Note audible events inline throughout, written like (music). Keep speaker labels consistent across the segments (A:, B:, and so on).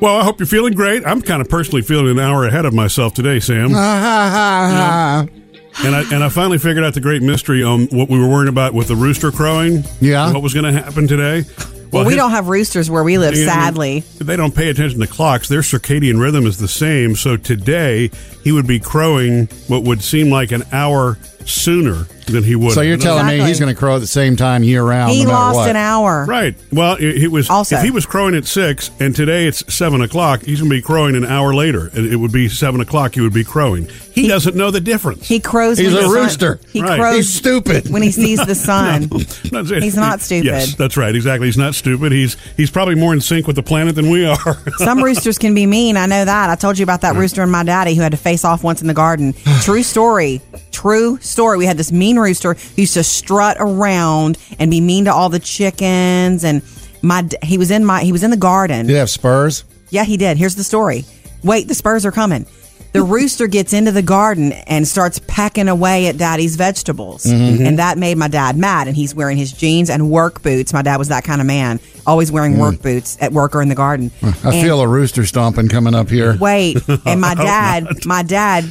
A: Well, I hope you're feeling great. I'm kind of personally feeling an hour ahead of myself today, Sam.
B: Uh. (laughs)
A: And I and I finally figured out the great mystery on what we were worrying about with the rooster crowing.
B: Yeah.
A: and what was going to happen today?
C: Well, we
A: his-
C: don't have roosters where we live,
A: and
C: sadly.
A: they don't pay attention to clocks. Their circadian rhythm is the same. So today he would be crowing what would seem like an hour sooner than he would.
B: So you're
A: have.
B: telling me
C: Exactly.
B: he's going to crow at the same time year round?
C: He
B: no matter
C: lost
B: what.
C: an hour.
A: Right. Well, it, it was
C: Also-
A: if he was crowing at six, and today it's seven o'clock. He's gonna be crowing an hour later, and it would be seven o'clock. He would be crowing. He, doesn't know the difference.
C: He crows.
B: He's
C: when
B: a
C: the sun-
B: rooster.
C: He
A: Right.
C: crows
B: He's stupid.
C: when he sees
B: (laughs)
C: the
A: (laughs)
C: sun.
A: I'm not saying-
C: He's not stupid.
A: Yes, that's right. Exactly. He's not stupid. He's he's probably more in sync with the planet than we are. (laughs)
C: Some roosters can be mean. I know that. I told you about that rooster and my daddy who had to face off once in
B: (sighs)
C: the garden. True story. True story. We had this mean rooster who used to strut around and be mean to all the chickens. And my d- he was in my he was in the garden.
B: Did he have spurs?
C: Yeah, he did. Here's the story. Wait, the Spurs are coming. The rooster gets into the garden and starts pecking away at daddy's vegetables. And that made my dad mad. And he's wearing his jeans and work boots. My dad was that kind of man, always wearing work boots at work or in the garden.
B: I
C: And-
B: feel a rooster stomping coming up here.
C: Wait.
A: (laughs)
C: And my dad, my dad,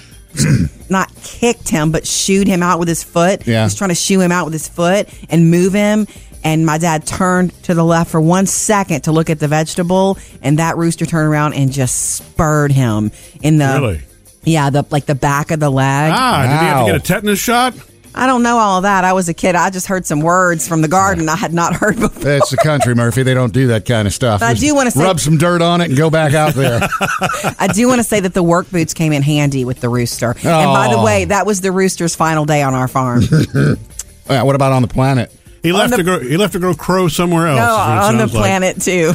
C: (clears throat) not kicked him, but shooed him out with his foot.
B: Yeah.
C: He's trying to shoo him out with his foot and move him. And my dad turned to the left for one second to look at the vegetable, and that rooster turned around and just spurred him in the
A: Really?
C: yeah the like the back of the leg.
A: ah, did he have
B: Wow.
A: to get a tetanus shot?
C: I don't know all that. I was a kid. I just heard some words from the garden I had not heard before.
B: That's the country, Murphy. They don't do that kind of stuff.
C: But I
B: Just
C: do wanna say-
B: rub some dirt on it and go back out
C: (laughs)
B: there.
C: I do want to say that the work boots came in handy with the rooster. And by
A: Oh.
C: the
B: Aw.
C: way, that was the rooster's final day on our farm.
B: Uh, what about on the planet?
A: He left
C: the-
A: to go. He left to go crow somewhere else.
C: No,
A: is what it
C: Oh, on the
A: sounds like. (laughs)
C: planet too.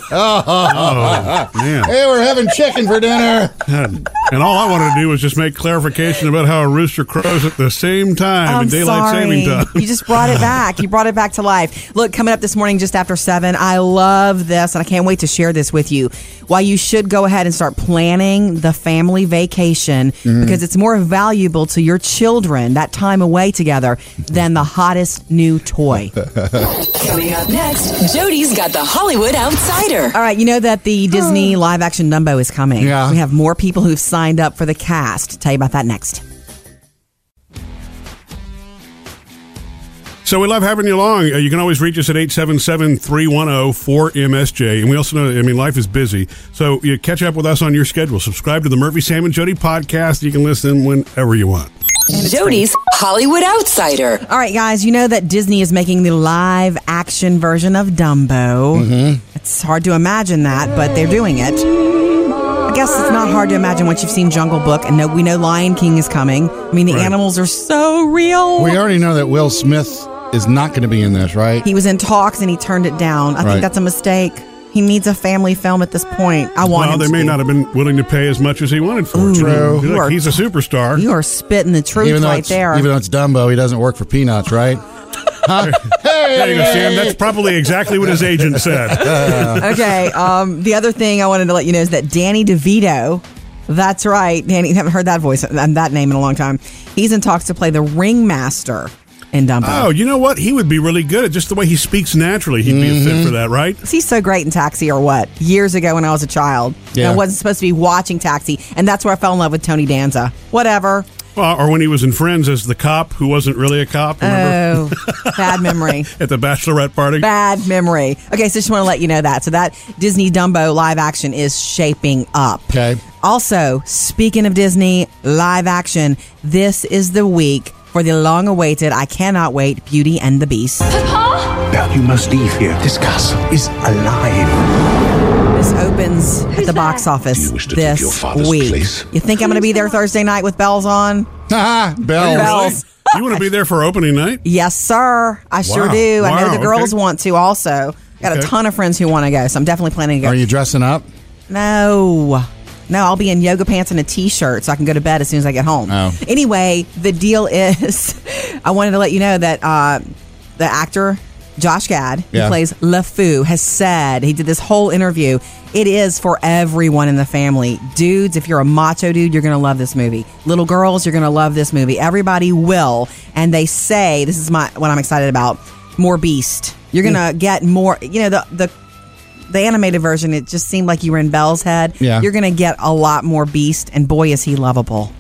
A: Oh man!
B: Hey, we're having chicken for dinner.
A: God. And all I wanted to do was just make clarification about how a rooster crows at the same time
C: I'm
A: in daylight
C: sorry.
A: saving time.
C: (laughs) You just brought it back. You brought it back to life. Look, coming up this morning just after seven. I love this, and I can't wait to share this with you. Why you should go ahead and start planning the family vacation because it's more valuable to your children that time away together than the hottest new (laughs) toy.
D: Coming up next, Jody's got the Hollywood Outsider.
C: All right, you know that the Disney live action Dumbo is coming.
B: Yeah.
C: We have more people who've signed up for the cast. Tell you about that next.
A: So we love having you along. Uh, You can always reach us at oh, 877-310-4MSJ. And we also know, I mean, life is busy. So you catch up with us on your schedule. Subscribe to the Murphy, Sam, and Jody podcast. You can listen whenever you want.
D: Jody's Hollywood Outsider.
C: All right, guys, you know that Disney is making the live action version of Dumbo. Mm-hmm. It's hard to imagine that, but they're doing it. I guess it's not hard to imagine once you've seen Jungle Book and no, we know Lion King is coming. I mean, the
A: Right.
C: animals are so real.
B: We already know that Will Smith is not going to be in this, right?
C: he was in talks and he turned it down. I think
B: Right.
C: that's a mistake. He needs a family film at this point. I want
A: Well,
C: him
A: they
C: to
A: may
C: be.
A: not have been willing to pay as much as he wanted for it.
B: True.
A: He's,
C: You are-
A: like, he's a superstar.
C: You are spitting the truth
B: even though
C: right
B: it's,
C: there.
B: even though it's Dumbo, he doesn't work for peanuts,
C: (laughs)
B: right? Huh?
A: There you go, Sam.
B: hey,
A: That's probably exactly what his agent
C: (laughs)
A: said.
C: okay. Um, the other thing I wanted to let you know is that Danny DeVito. That's right, Danny. You haven't heard that voice and that name in a long time. He's in talks to play the ringmaster in Dumbo.
A: oh, you know what? He would be really good at just the way he speaks naturally. He'd be
C: Mm-hmm.
A: a fit for that, right?
C: Is he so great in Taxi or what? Years ago when I was a child, and
B: Yeah.
C: I wasn't supposed to be watching Taxi, and that's where I fell in love with Tony Danza. Whatever.
A: Well, or when he was in Friends as the cop who wasn't really a cop, remember?
C: Oh, bad
A: (laughs)
C: memory.
A: at the bachelorette party.
C: Bad memory. Okay, so just want to let you know that. So that Disney Dumbo live action is shaping up.
B: Okay.
C: Also, speaking of Disney live action, this is the week for the long awaited, I cannot wait, Beauty and the Beast.
E: Now you must leave here. This castle is alive.
C: This opens at the box office
E: you wish to take
C: this
E: your father's
C: week.
E: place?
C: You think I'm going to be there Thursday night with bells on?
B: Ah, (laughs) bells.
C: Bells.
A: you want to be there for opening night?
C: Yes, sir. I sure
A: Wow.
C: do. I know
A: Wow,
C: the girls
A: okay.
C: want to also. Got
A: Okay.
C: a ton of friends who want to go, so I'm definitely planning to go.
B: Are you dressing up?
C: No. No, I'll be in yoga pants and a t-shirt so I can go to bed as soon as I get home.
B: Oh.
C: Anyway, the deal is (laughs) I wanted to let you know that uh, the actor Josh Gad,
B: Yeah.
C: who plays LeFou, has said he did this whole interview. It is for everyone in the family. Dudes, if you're a macho dude, you're going to love this movie. Little girls, you're going to love this movie. Everybody will. And they say,
B: Hmm.
C: this is my what I'm excited about, more beast. You're going to get more, you know, the the the animated version, it just seemed like you were in Belle's head.
B: Yeah.
C: You're going to get a lot more Beast, and boy, is he lovable.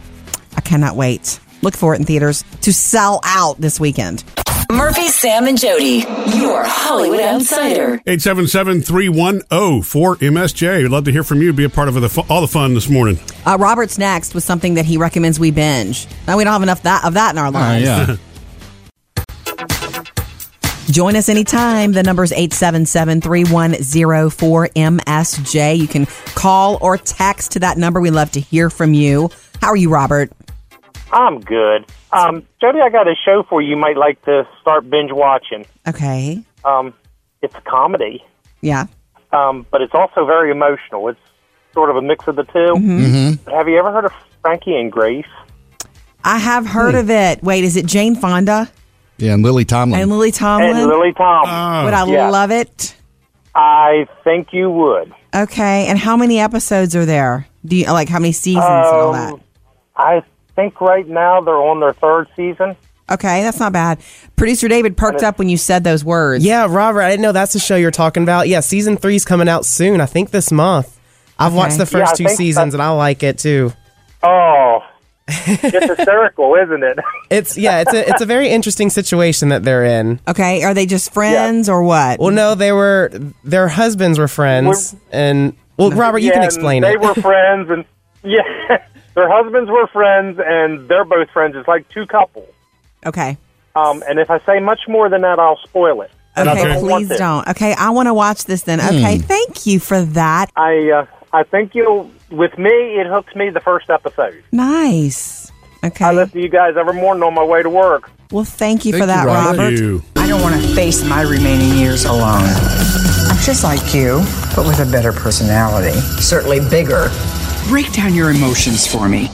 C: I cannot wait. Look for it in theaters to sell out this weekend.
D: Murphy, Sam, and Jody, your Hollywood outsider.
A: 877-310-4MSJ. We'd love to hear from you. Be a part of the fu- all the fun this morning.
C: Uh, Robert's next with something that he recommends we binge. Now, we don't have enough that, of that in our
B: Oh,
C: lives.
B: yeah.
C: Join us anytime. The number's 877-310-4MSJ. You can call or text to that number. We love to hear from you. How are you, Robert?
F: I'm good. Um, Jody, I got a show for you. you might like to start binge watching.
C: Okay.
F: Um, it's a comedy,
C: Yeah.
F: um, but it's also very emotional. It's sort of a mix of the 2 Mm-hmm. Have you ever heard of Frankie and Grace?
C: I have heard of it. Wait, is it Jane Fonda
B: Yeah, and Lily Tomlin.
C: and Lily
G: Oh,
C: Tomlin?
F: And Lily Tom.
G: uh,
A: Ah, Oh.
C: Would I
F: yeah.
C: love it?
F: I think you would.
C: Okay. And how many episodes are there? Do you like how many seasons and all that?
F: Um, I think right now they're on their third season.
C: Okay, that's not bad. Producer David perked up when you said those words.
G: Yeah, Robert, I didn't know that's the show you're talking about. Yeah, season three's coming out soon. I think this month. I've watched the
F: Yeah, I
G: first two
F: think
G: seasons
F: that-
G: and I like it too. (laughs)
F: Oh, it's hysterical, isn't it? (laughs)
G: It's yeah, it's a it's a very interesting situation that they're in.
C: Okay. Are they just friends or what?
G: Well, no, they were their husbands were friends, and well, Robert, you can
F: And
G: explain
F: they
G: it. (laughs)
F: were friends, and (laughs) yeah, (laughs) their husbands were friends, and they're both friends. It's like two couples.
C: okay.
F: Um, and if I say much more than that, I'll spoil it. And I
C: Okay,
F: don't want
C: please
F: to.
C: don't. Okay, I want to watch this then. Okay, thank you for that.
F: I uh, I think you'll. With me, it hooks me the first episode.
C: Nice. Okay.
F: I listen to you guys every morning on my way to work.
C: well, thank you for
B: Thank
C: that,
B: you, Robert.
C: Robert.
A: You.
H: I don't want to face my remaining years alone. I'm just like you, but with a better personality. Certainly bigger. Break down your emotions for me.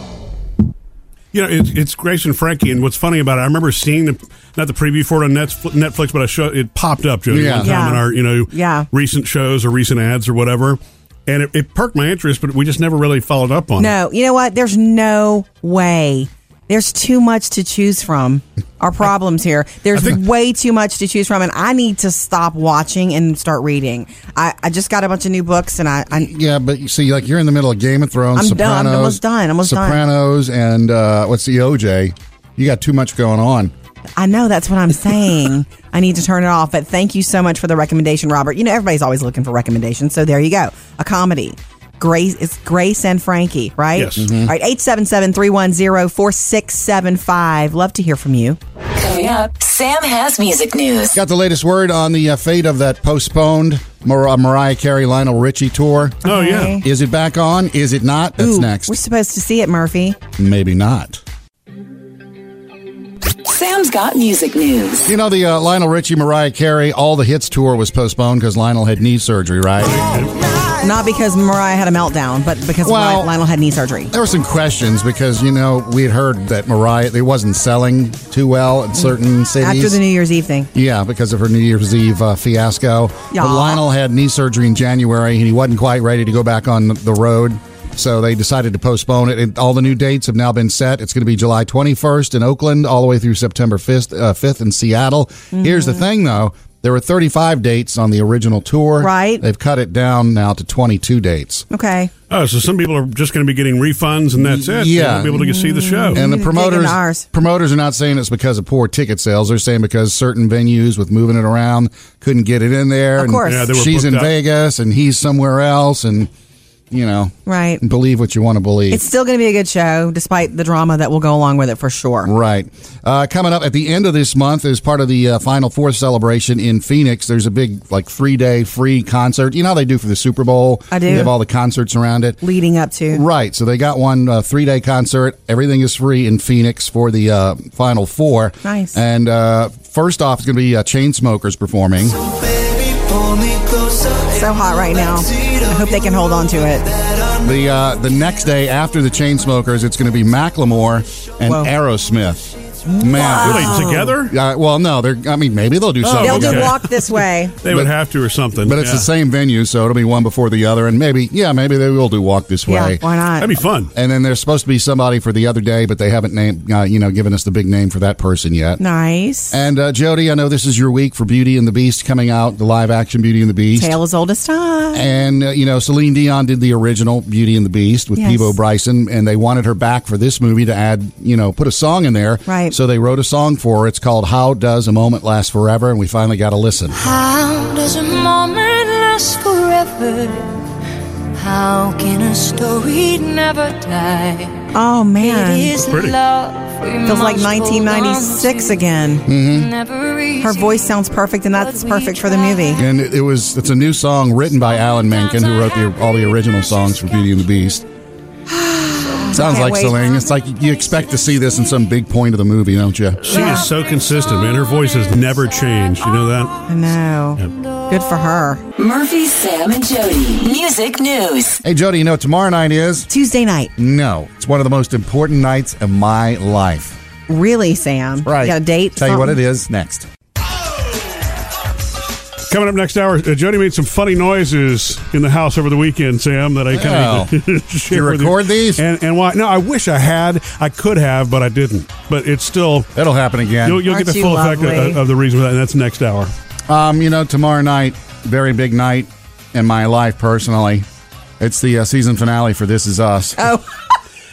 A: You know, it's, it's Grace and Frankie, and what's funny about it, I remember seeing the not the preview for it on Netflix, Netflix but I show it popped up Jody,
B: Yeah.
A: one time
C: Yeah.
A: in our you know
C: Yeah.
A: recent shows or recent ads or whatever, and it, it perked my interest, but we just never really followed up on it.
C: No, you know what? There's no way. There's too much to choose from. Our problems here. There's way too much to choose from, and I need to stop watching and start reading. I, I just got a bunch of new books, and I, I
B: Yeah, but you see, like you're in the middle of Game of Thrones,
C: I'm done. I'm
B: Sopranos,
C: almost done. Almost done.
B: Sopranos, and uh, what's the OJ? You got too much going on.
C: I know that's what
B: (laughs)
C: I'm saying. I need to turn it off. But thank you so much for the recommendation, Robert. You know everybody's always looking for recommendations, so there you go. A comedy. Grace it's Grace and Frankie, right?
A: Yes.
C: All
B: Mm-hmm.
C: right, 877-310-4675. Love to hear from you.
D: Coming up, Sam has music news.
B: Got the latest word on the uh, fate of that postponed Mar- uh, Mariah Carey Lionel Richie tour.
A: Oh yeah,
C: Okay.
B: Is it back on? Is it not? That's
C: Ooh,
B: next.
C: We're supposed to see it, Murphy.
B: Maybe not.
D: Sam's got music news.
B: You know the uh, Lionel Richie Mariah Carey All the Hits tour was postponed because Lionel had knee surgery, right?
C: Not because Mariah had a meltdown, but because
B: Well-
C: Mariah- Lionel had knee surgery.
B: There were some questions because you know we had heard that Mariah it wasn't selling too well in certain cities.
C: After the New Year's Eve thing.
B: Yeah, because of her New Year's Eve uh, fiasco.
C: Yeah.
B: But Lionel had knee surgery in January, and he wasn't quite ready to go back on the road. So they decided to postpone it. And all the new dates have now been set. It's going to be July 21st in Oakland, all the way through September 5th, uh, 5th in Seattle. Here's the thing, though. There were 35 dates on the original tour.
C: Right.
B: They've cut it down now to 22 dates.
C: Okay.
A: oh so some people are just going to be getting refunds and that's it. They
B: Yeah.
A: won't be able to see the show.
B: And the
C: need to dig
B: promoters
C: into ours.
B: promoters are not saying it's because of poor ticket sales. They're saying because certain venues with moving it around couldn't get it in there.
C: Of
B: and
C: course. Yeah,
A: they were
B: she's
A: booked
B: in
A: up.
B: Vegas and he's somewhere else, and you know,
C: Right.
B: believe what you want to believe.
C: It's still going to be a good show, despite the drama that will go along with it for sure.
B: Right. Uh, coming up at the end of this month is part of the uh, Final Four celebration in Phoenix. There's a big, like, three day free concert. You know how they do for the Super Bowl?
C: I do.
B: They have all the concerts around it.
C: Leading up to.
B: Right. So they got one uh, three day concert. Everything is free in Phoenix for the uh, Final Four.
C: Nice.
B: And uh, first off, it's going to be uh, Chainsmokers performing.
C: So hot right now. I hope they can hold on to it.
B: The uh, the next day after the Chainsmokers, it's going to be Macklemore and
C: Whoa.
B: Aerosmith. Man,
A: Really,
C: Oh.
A: together?
B: Yeah, well, no, they're. I mean, maybe they'll do something.
C: They'll
A: okay.
C: do walk this way.
A: They would
B: But-
A: have to or something.
B: But it's
A: yeah.
B: the same venue, so it'll be one before the other, and maybe, yeah, maybe they will do walk this
C: Yeah,
B: way.
C: why
A: That'd
C: not?
A: be fun.
B: And then there's supposed to be somebody for the other day, but they haven't named, uh, you know, given us the big name for that person yet.
C: Nice.
B: And uh, Jody, I know this is your week for Beauty and the Beast coming out, the live action Beauty and the Beast.
C: Tale as old as time.
B: And uh, you know, Celine Dion did the original Beauty and the Beast with
C: Yes.
B: Peebo Bryson, and they wanted her back for this movie to add, you know, put a song in there.
C: Right.
B: So they wrote a song for her. It's called "How Does a Moment Last Forever," and we finally got to listen.
I: How does a moment last forever? How can a story never die?
C: Oh man,
I: is
A: pretty.
I: love.
C: feels like 1996 again. Her voice sounds perfect, and that's perfect for the movie.
B: And it, it was it's a new song written by Alan Menken, who wrote the, all the original songs for Beauty and the Beast. Sounds
C: Can't
B: like
C: wait.
B: Celine. It's like you expect to see this in some big point of the movie, don't you?
A: She is so consistent, man. Her voice has never changed. You know that?
C: I know. Good for her.
D: Murphy, Sam, and Jody. Music news.
B: Hey, Jody, you know what tomorrow night is?
C: Tuesday night,
B: No, it's one of the most important nights of my life.
C: really, Sam?
B: Right.
C: You got a date?
B: Tell you what it
C: something?
B: is next.
A: Coming up next hour, uh, Jody made some funny noises in the house over the weekend, Sam, that I kind
B: Oh.
A: of need to (laughs) share with
B: record these?
A: And, and why? No, I wish I had. I could have, but I didn't. But it's still,
B: It'll happen
A: you'll,
B: again.
A: you'll get
C: Aren't
A: the
C: you
A: full effect of,
C: lovely?
A: of the reason for that, and that's next hour.
B: Um, you know, tomorrow night, very big night in my life personally. It's the uh, season finale for This Is Us.
C: Oh.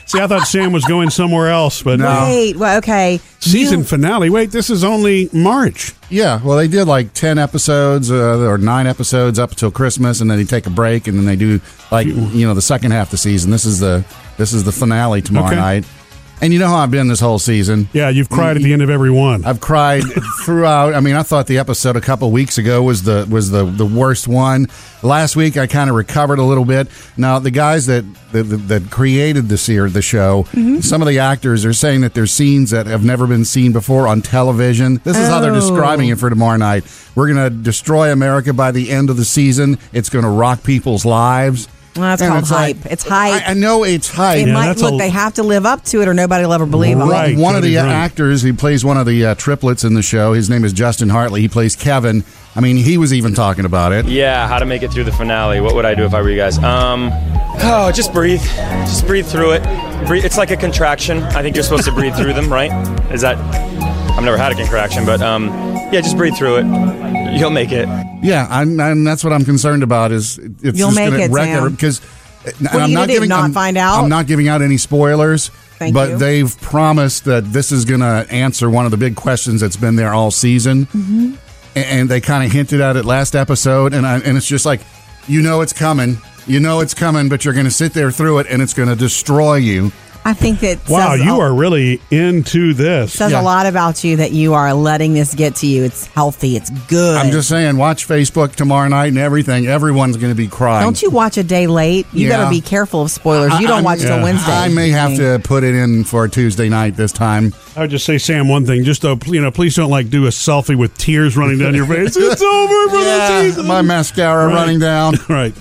A: See, I thought Sam was going somewhere else, but
B: No.
C: Wait. Well, okay.
A: season
C: You-
A: finale. Wait, this is only March.
B: Yeah, well, they did like 10 episodes uh, or nine episodes up till Christmas, and then they take a break, and then they do like, you know, the second half of the season. This is the this is the finale tomorrow
A: Okay.
B: night. And you know how I've been this whole season.
A: Yeah, you've cried at the end of every one.
B: I've cried throughout. I mean, I thought the episode a couple weeks ago was the was the the worst one. Last week, I kind of recovered a little bit. Now, the guys that that, that created the series, the show,
C: Mm-hmm.
B: some of the actors are saying that there's scenes that have never been seen before on television. This is how
C: Oh.
B: they're describing it for tomorrow night. We're gonna destroy America by the end of the season. It's gonna rock people's lives.
C: Well, that's
B: And
C: called
B: it's like-
C: hype. It's hype.
B: I, I know it's hype.
C: It
A: Yeah,
C: might
A: that's
C: look.
A: a-
C: they have to live up to it, or nobody will ever believe them.
A: Right.
B: one of
A: Cody
B: the uh,
A: Grant.
B: actors, he plays one of the uh, triplets in the show. His name is Justin Hartley. He plays Kevin. I mean, he was even talking about it.
J: Yeah, how to make it through the finale. What would I do if I were you guys? Um, oh, just breathe. Just breathe through it. Breathe. It's like a contraction. I think you're supposed to breathe through them, right? Is that? I've never had a contraction, but um, yeah, just breathe through it. You'll make it.
B: Yeah, I'm, and that's what I'm concerned about is it's
C: You'll
B: just
C: make
B: gonna
C: it,
B: wreck
C: Sam.
B: because.
C: are you gonna do, not
B: I'm,
C: find out?
B: I'm not giving out any spoilers,
C: Thank
B: but
C: you.
B: they've promised that this is going to answer one of the big questions that's been there all season, mm-hmm. and they kind of hinted at it last episode, and I, and it's just like, you know, it's coming, you know, it's coming, but you're going to sit there through it, and it's going to destroy you.
C: I think that.
A: Wow,
C: says
A: you
C: a,
A: are really into this.
C: Says
B: Yeah.
C: a lot about you that you are letting this get to you. It's healthy. It's good.
B: I'm just saying, watch Facebook tomorrow night and everything. Everyone's going to be crying.
C: Don't you watch a day late? You
B: Yeah.
C: better be careful of spoilers. You don't
B: I'm-
C: watch till
A: yeah.
C: Wednesday. Mm.
B: I may have to put it in for Tuesday night this time.
A: I would just say, Sam, one thing. Just uh, pl- you know, please don't like do a selfie with tears running down your
B: (laughs)
A: face. It's over
C: Oh,
A: for the season.
B: my mascara
A: Right.
B: running down.
A: (laughs) Right.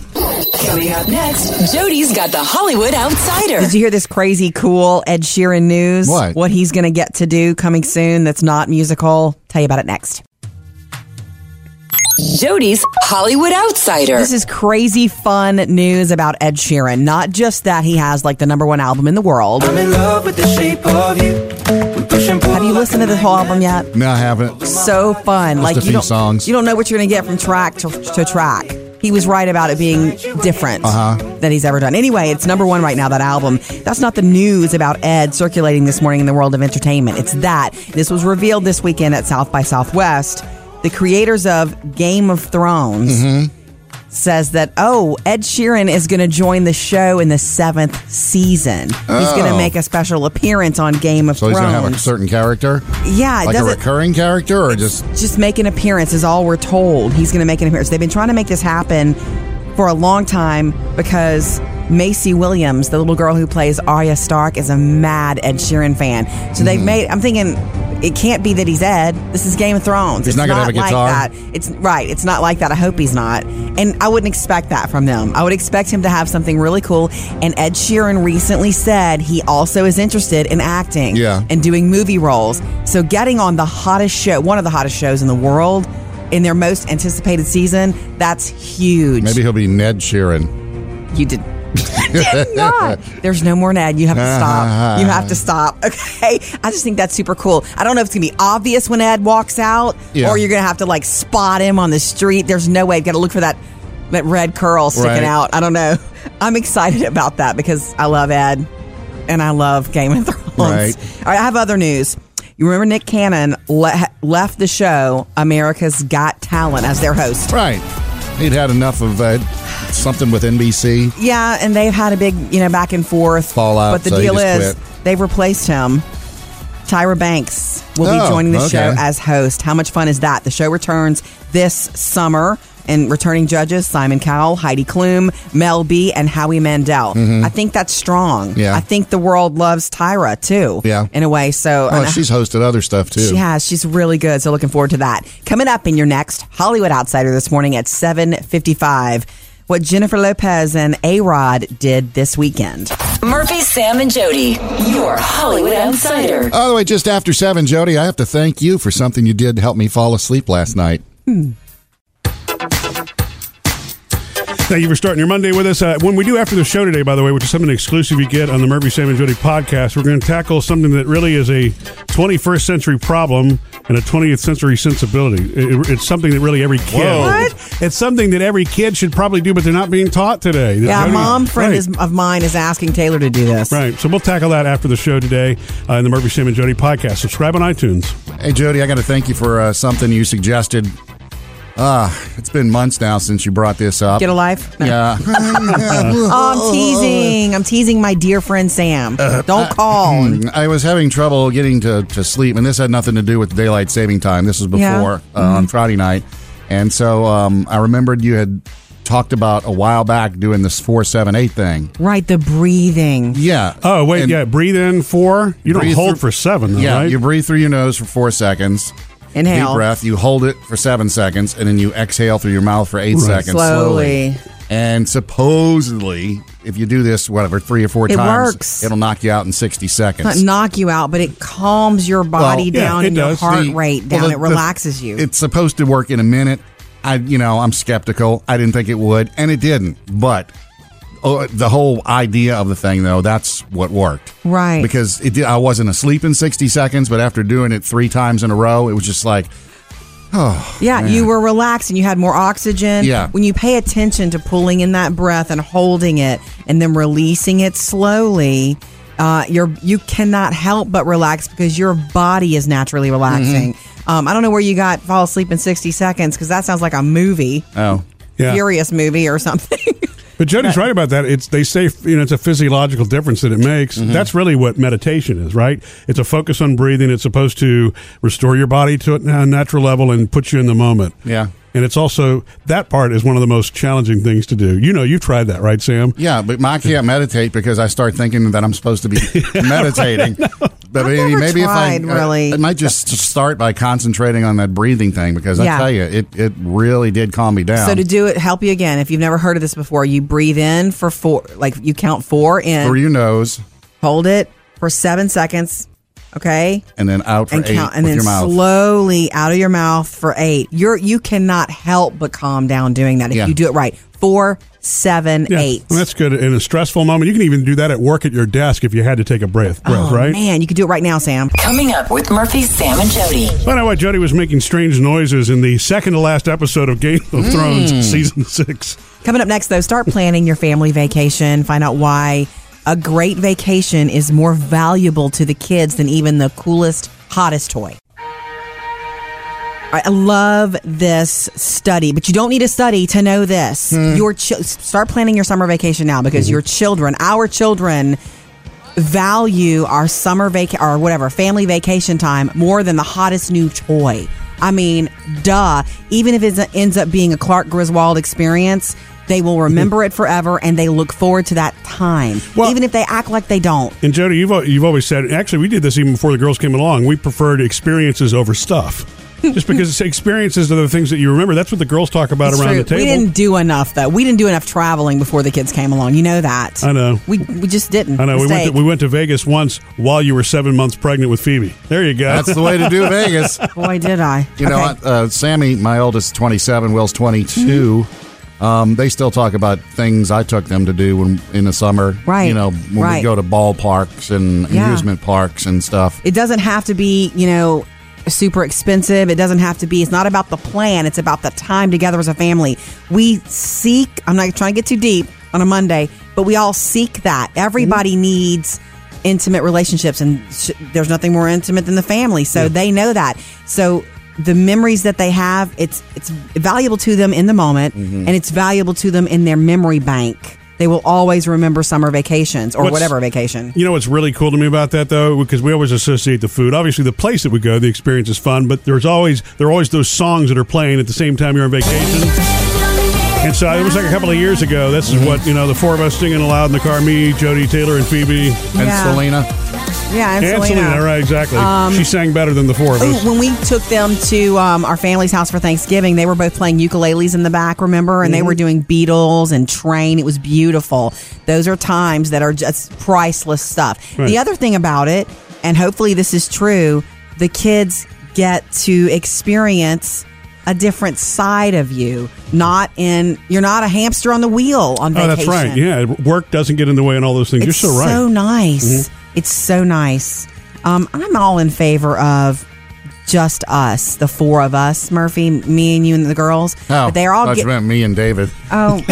D: Coming up next, Jody's got the Hollywood Outsider.
C: Did you hear this crazy cool Ed Sheeran news?
B: What?
C: What he's going to get to do coming soon that's not musical? Tell you about it next.
D: Jody's Hollywood Outsider.
C: This is crazy fun news about Ed Sheeran. Not just that he has like the number one album in the world.
E: I'm in love with the shape of you. We push and pull
C: Have you
E: like
C: listened to
E: a
C: the whole album yet?
B: No, I haven't.
C: So fun. like
B: a
C: you
B: few
C: don't,
B: songs.
C: You don't know what you're going to get from track to, to track. He was right about it being different
B: Uh-huh.
C: than he's ever done. Anyway, it's number one right now, that album. That's not the news about Ed circulating this morning in the world of entertainment. It's that. This was revealed this weekend at South by Southwest. The creators of Game of Thrones
B: Mm-hmm.
C: says that, oh, Ed Sheeran is going to join the show in the seventh season. He's going to
B: Oh.
C: make a special appearance on Game of
B: So he's
C: Thrones.
B: going to have a certain character?
C: yeah, it
B: Like a
C: doesn't
B: recurring character or just.
C: just make an appearance is all we're told. He's going to make an appearance. They've been trying to make this happen for a long time because Macy Williams,
B: Hmm.
C: the little girl who plays Arya Stark, is a mad Ed Sheeran fan. So they've made. I'm thinking it can't be that he's Ed. This is Game of Thrones.
B: He's
C: it's
B: not gonna have a guitar?
C: Like that. It's right. It's not like that. I hope he's not. And I wouldn't expect that from them. I would expect him to have something really cool. And Ed Sheeran recently said he also is interested in acting.
B: Yeah.
C: And doing movie roles. So getting on the hottest show, one of the hottest shows in the world, in their most anticipated season, that's huge.
B: Maybe he'll be Ned Sheeran.
C: You did.
B: (laughs)
C: did not. There's no more Ned. You have to stop. You have to stop. Okay. I just think that's super cool. I don't know if it's gonna be obvious when Ed walks out,
B: Yeah.
C: or you're gonna have to like spot him on the street. There's no way. You've got to look for that that red curl sticking
B: Right.
C: out. I don't know. (laughs) I'm excited about that because I love Ed, and I love Game of Thrones.
B: Right.
C: All right. I have other news. You remember Nick Cannon le- left the show America's Got Talent as their host.
B: Right. He'd had enough of uh, something with NBC.
C: Yeah, and they've had a big, you know, back and forth
B: Fallout,
C: But the
B: so he
C: deal
B: just
C: is,
B: quit.
C: they've replaced him. Tyra Banks will
B: Oh,
C: be joining the
B: okay.
C: show as host. How much fun is that? The show returns this summer, and returning judges Simon Cowell, Heidi Klum, Mel B, and Howie Mandel.
B: Mhm.
C: I think that's strong.
B: Yeah.
C: I think the world loves Tyra too.
B: Yeah.
C: in a way. So
B: Oh,
C: and I-
B: she's hosted other stuff too.
C: she has. She's really good. So looking forward to that. Coming up in your next Hollywood Outsider this morning at 7:55, what Jennifer Lopez and A-Rod did this weekend.
D: Murphy, Sam, and Jody, your Hollywood Outsider.
B: By the way, just after seven, Jody, I have to thank you for something you did to help me fall asleep last night.
A: Thank you for starting your Monday with us. Uh, when we do after the show today, by the way, which is something exclusive you get on the Murphy, Sam, and Jody podcast, we're going to tackle something that really is a 21st century problem and a 20th century sensibility. It- it's something that really every kid.
C: Whoa. What?
A: It's something that every kid should probably do, but they're not being taught today.
C: Yeah, a
A: Jody-
C: mom friend
A: Right.
C: is, of mine is asking Taylor to do this.
A: Right. So we'll tackle that after the show today uh, in the Murphy, Sam, and Jody podcast. Subscribe on iTunes.
B: Hey, Jody, I got to thank you for uh, something you suggested. Ah, it's been months now since you brought this up.
C: Get a life.
B: Yeah.
C: oh, (laughs) I'm teasing. I'm teasing my dear friend Sam.
B: Uh,
C: Don't call.
B: Hmm, I was having trouble getting to, to sleep, and this had nothing to do with daylight saving time. This was before
C: Yeah. Mm-hmm.
B: uh, on Friday night. And so um, I remembered you had talked about a while back doing this 478 thing.
C: Right, the breathing.
B: Yeah.
A: Oh, wait. yeah. Breathe in four. You don't
B: Breathe
A: hold
B: through-
A: for seven, though,
B: yeah,
A: right?
B: you breathe through your nose for four seconds.
C: Inhale.
B: Deep breath. You hold it for seven seconds, and then you exhale through your mouth for eight
A: Right.
B: seconds
C: Slowly.
B: And supposedly, if you do this, whatever, three or four
C: It
B: times,
C: works.
B: it'll knock you out in 60 seconds.
C: Not knock you out, but it calms your body
B: Well, yeah,
C: down
B: it
C: and your
B: does.
C: heart
B: The-
C: rate down.
B: well, the-
C: it
B: the-
C: relaxes you.
B: It's supposed to work in a minute. I, you know, I'm skeptical. I didn't think it would, and it didn't. But oh, the whole idea of the thing, though, that's what worked.
C: Right.
B: Because it did, I wasn't asleep in 60 seconds, but after doing it three times in a row, it was just like, oh,
C: Yeah,
B: man.
C: you were relaxed and you had more oxygen.
B: Yeah.
C: When you pay attention to pulling in that breath and holding it and then releasing it slowly, uh, you're you cannot help but relax because your body is naturally relaxing.
B: Mm-hmm.
C: Um, I don't know where you got fall asleep in sixty seconds because that sounds like a movie,
B: Oh,
A: yeah.
C: furious movie or something. (laughs)
A: But Jody's right about that. It's they say you know it's a physiological difference that it makes. That's really what meditation is, right? It's a focus on breathing. It's supposed to restore your body to a natural level and put you in the moment.
B: Yeah.
A: And it's also that part is one of the most challenging things to do. You know, you've tried that, right, Sam?
B: Yeah, but I can't meditate because I start thinking that I'm supposed
C: (laughs)
B: to be meditating. But maybe,
C: never
B: maybe
C: tried,
B: if I
C: really.
B: I might just start by concentrating on that breathing thing because
C: Yeah.
B: I tell you, it, it really did calm me down.
C: So to do it, help you again. If you've never heard of this before, you breathe in for four, like you count four in,
B: through your nose
C: hold it for seven seconds. Okay,
B: and then out for
C: and
B: eight
C: count and
B: with
C: then
B: your mouth.
C: slowly out of your mouth for eight. You're you cannot help but calm down doing that if
B: Yeah.
C: you do it right. Four, seven, eight.
A: Yeah. Well, that's good in a stressful moment. You can even do that at work at your desk if you had to take a breath, breath
C: Oh,
A: right?
C: Man, you could do it right now, Sam.
D: Coming up with Murphy, Sam, and Jody.
A: Find out why Jody was making strange noises in the second to last episode of Game of Thrones season (laughs) six.
C: Coming up next, though, start planning your family vacation. Find out why a great vacation is more valuable to the kids than even the coolest, hottest toy. All right, I love this study, but you don't need a study to know this. Your chi- start planning your summer vacation now because your children, our children, value our summer vac or whatever family vacation time more than the hottest new toy. I mean, duh. Even if it ends up being a Clark Griswold experience, They will remember it forever and they look forward to that time. Even if they act like they don't.
A: And Jody, you've al- you've always said actually we did this even before the girls came along. We preferred experiences over stuff.
C: (laughs)
A: Just because it's experiences are the things that you remember. That's what the girls talk about
C: It's
A: around
C: true.
A: the table.
C: We didn't do enough though. We didn't do enough traveling before the kids came along. You know that.
A: I know.
C: We we just didn't.
A: I know we went, to,
C: Mistake.
A: we went to Vegas once while you were seven months pregnant with Phoebe. There you go.
B: That's the way to
C: (laughs)
B: do Vegas.
C: Boy, did I.
B: You know,
C: Okay.
B: uh, Sammy, my oldest, is 27, Will's 22. Um, they still talk about things I took them to do when, in the summer.
C: Right,
B: You know, when
C: right.
B: we go to ballparks and
C: Yeah.
B: amusement parks and stuff.
C: It doesn't have to be, you know, super expensive. It doesn't have to be. It's not about the plan. It's about the time together as a family. We seek. I'm not trying to get too deep on a Monday, but we all seek that. Everybody
A: Mm-hmm.
C: needs intimate relationships, and sh- there's nothing more intimate than the family. So they know that. So the memories that they have, it's it's valuable to them in the moment,
A: Mm-hmm.
C: and it's valuable to them in their memory bank. They will always remember summer vacations or
A: What's-
C: whatever vacation.
A: (laughs) You know what's really cool to me about that though, because we always associate the food. Obviously, the place that we go, the experience is fun, but there's always there are always those songs that are playing at the same time you're on vacation. And so it was like a couple of years ago. This is what you know, the four of us singing aloud in the car: me, Jody, Taylor, and Phoebe,
B: And
C: Yeah.
B: Selena.
C: Yeah, and,
A: and Selena. Right, exactly.
C: Um, Oh,
A: she sang better than the four of
C: Ooh,
A: us.
C: when we took them to um, our family's house for Thanksgiving, they were both playing ukuleles in the back, remember? And they
A: Mm-hmm.
C: were doing Beatles and Train. It was beautiful. Those are times that are just priceless stuff.
K: Right.
C: The other thing about it, and hopefully this is true, the kids get to experience a different side of you. Not in, you're not a hamster on the wheel on
A: Oh,
C: vacation.
A: that's right. Yeah, work doesn't get in the way and all those things.
C: It's
A: You're so right.
C: nice.
A: Mhm.
C: It's so nice. Um, I'm all in favor of just us, the four of us, Murphy, me and you and the girls.
B: Oh,
C: But they're all
B: that's
C: get-
B: meant me and David.
C: Oh,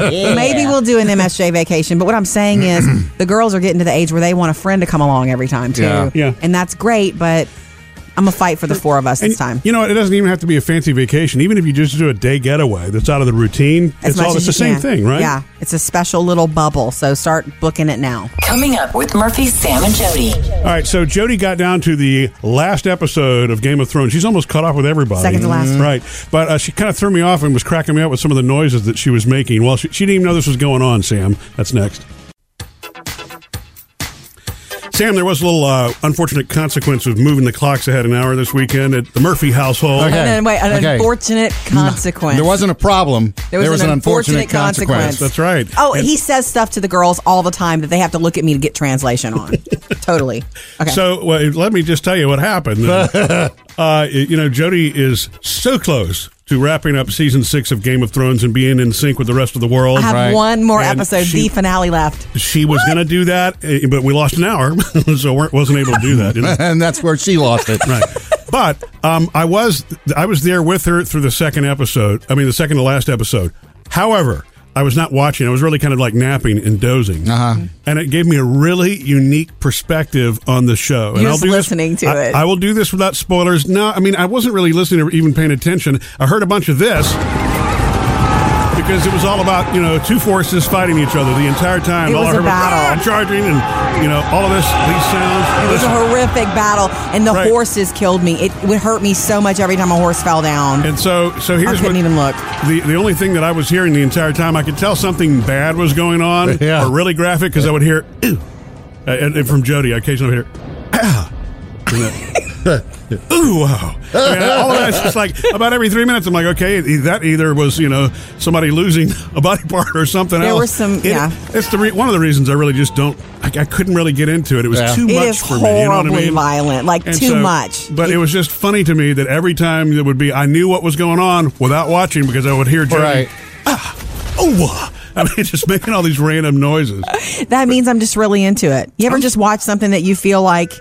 C: maybe we'll do an MSJ vacation. But what I'm saying is, the girls are getting to the age where they want a friend to come along every time too.
A: Yeah. Yeah.
C: and that's great. But I'm gonna fight for the four of us this time.
A: You know, what? it doesn't even have to be a fancy vacation. Even if you just do a day getaway that's out of the routine,
C: As
A: it's
C: much
A: all
C: as
A: it's the
C: you
A: same
C: can.
A: thing, right?
C: Yeah, it's a special little bubble. So start booking it now.
D: Coming up with Murphy, Sam, and Jody.
A: All right, so Jody got down to the last episode of Game of Thrones. She's almost caught up with everybody.
C: Second to last.
A: Right. But uh, she kind of threw me off and was cracking me up with some of the noises that she was making. Well, she, she didn't even know this was going on, Sam. That's next. Sam, there was a little uh, unfortunate consequence of moving the clocks ahead an hour this weekend at the Murphy household.
C: And then, wait, an unfortunate (laughs) consequence.
B: There wasn't a problem.
C: There was an unfortunate consequence.
A: That's right.
C: Oh,
A: And-
C: he says stuff to the girls all the time that they have to look at me to get
A: (laughs)
C: translation on. totally. Okay.
A: So well, let me just tell you what happened. uh, you know, Jody is so close to wrapping up season six of Game of Thrones and being in sync with the rest of the world.
C: I have one more
A: And
C: episode,
A: She,
C: the finale left.
A: she was going to do that, eh, but we lost an hour, (laughs) so we wasn't able to do that. You know?
B: and that's where she lost
C: (laughs)
B: it.
A: right. But um, I was I was there with her through the second episode. I mean, the second to last episode. However, I was not watching. I was really kind of like napping and dozing, uh-huh. and it gave me a really unique perspective on the show. and
C: You're just listening
A: this,
C: to
A: I-
C: it.
A: I will do this without spoilers. No, I mean I wasn't really listening or even paying attention. I heard a bunch of this. Because it was all about you know two forces fighting each other the entire time.
C: It
A: all
C: was
A: I
C: a
A: heard
C: battle.
A: "Ah," charging and you know all of this these sounds. (laughs)
C: It was a horrific battle, and the
A: Right.
C: horses killed me. It would hurt me so much every time a horse fell down.
A: And so, so here's
C: couldn't
A: what
C: even look.
A: The the only thing that I was hearing the entire time, I could tell something bad was going on,
B: Yeah.
A: or really graphic, because I would hear, "Ew," Uh, and, and from Jody, I occasionally would hear, "Ah," (laughs) "Ooh, wow." I mean, all of that's just like about every three minutes. I'm like, okay, e- that either was you know somebody losing (laughs) a body part or something
C: There
A: else.
C: were some-
A: It-
C: yeah.
A: It's the re- one of the reasons I really just don't. I, I couldn't really get into it. It was
C: Yeah.
A: too
C: It
A: much
C: is
A: for me. You know what I
C: horribly
A: mean?
C: violent, like, too much.
A: But it, was just funny to me that every time there would be, I knew what was going on without watching because I would hear Jody.
B: Right.
A: Ah, oh, ah." I mean, (laughs) just making all these random noises.
C: that means I'm just really into it. You ever just watch something that you feel like,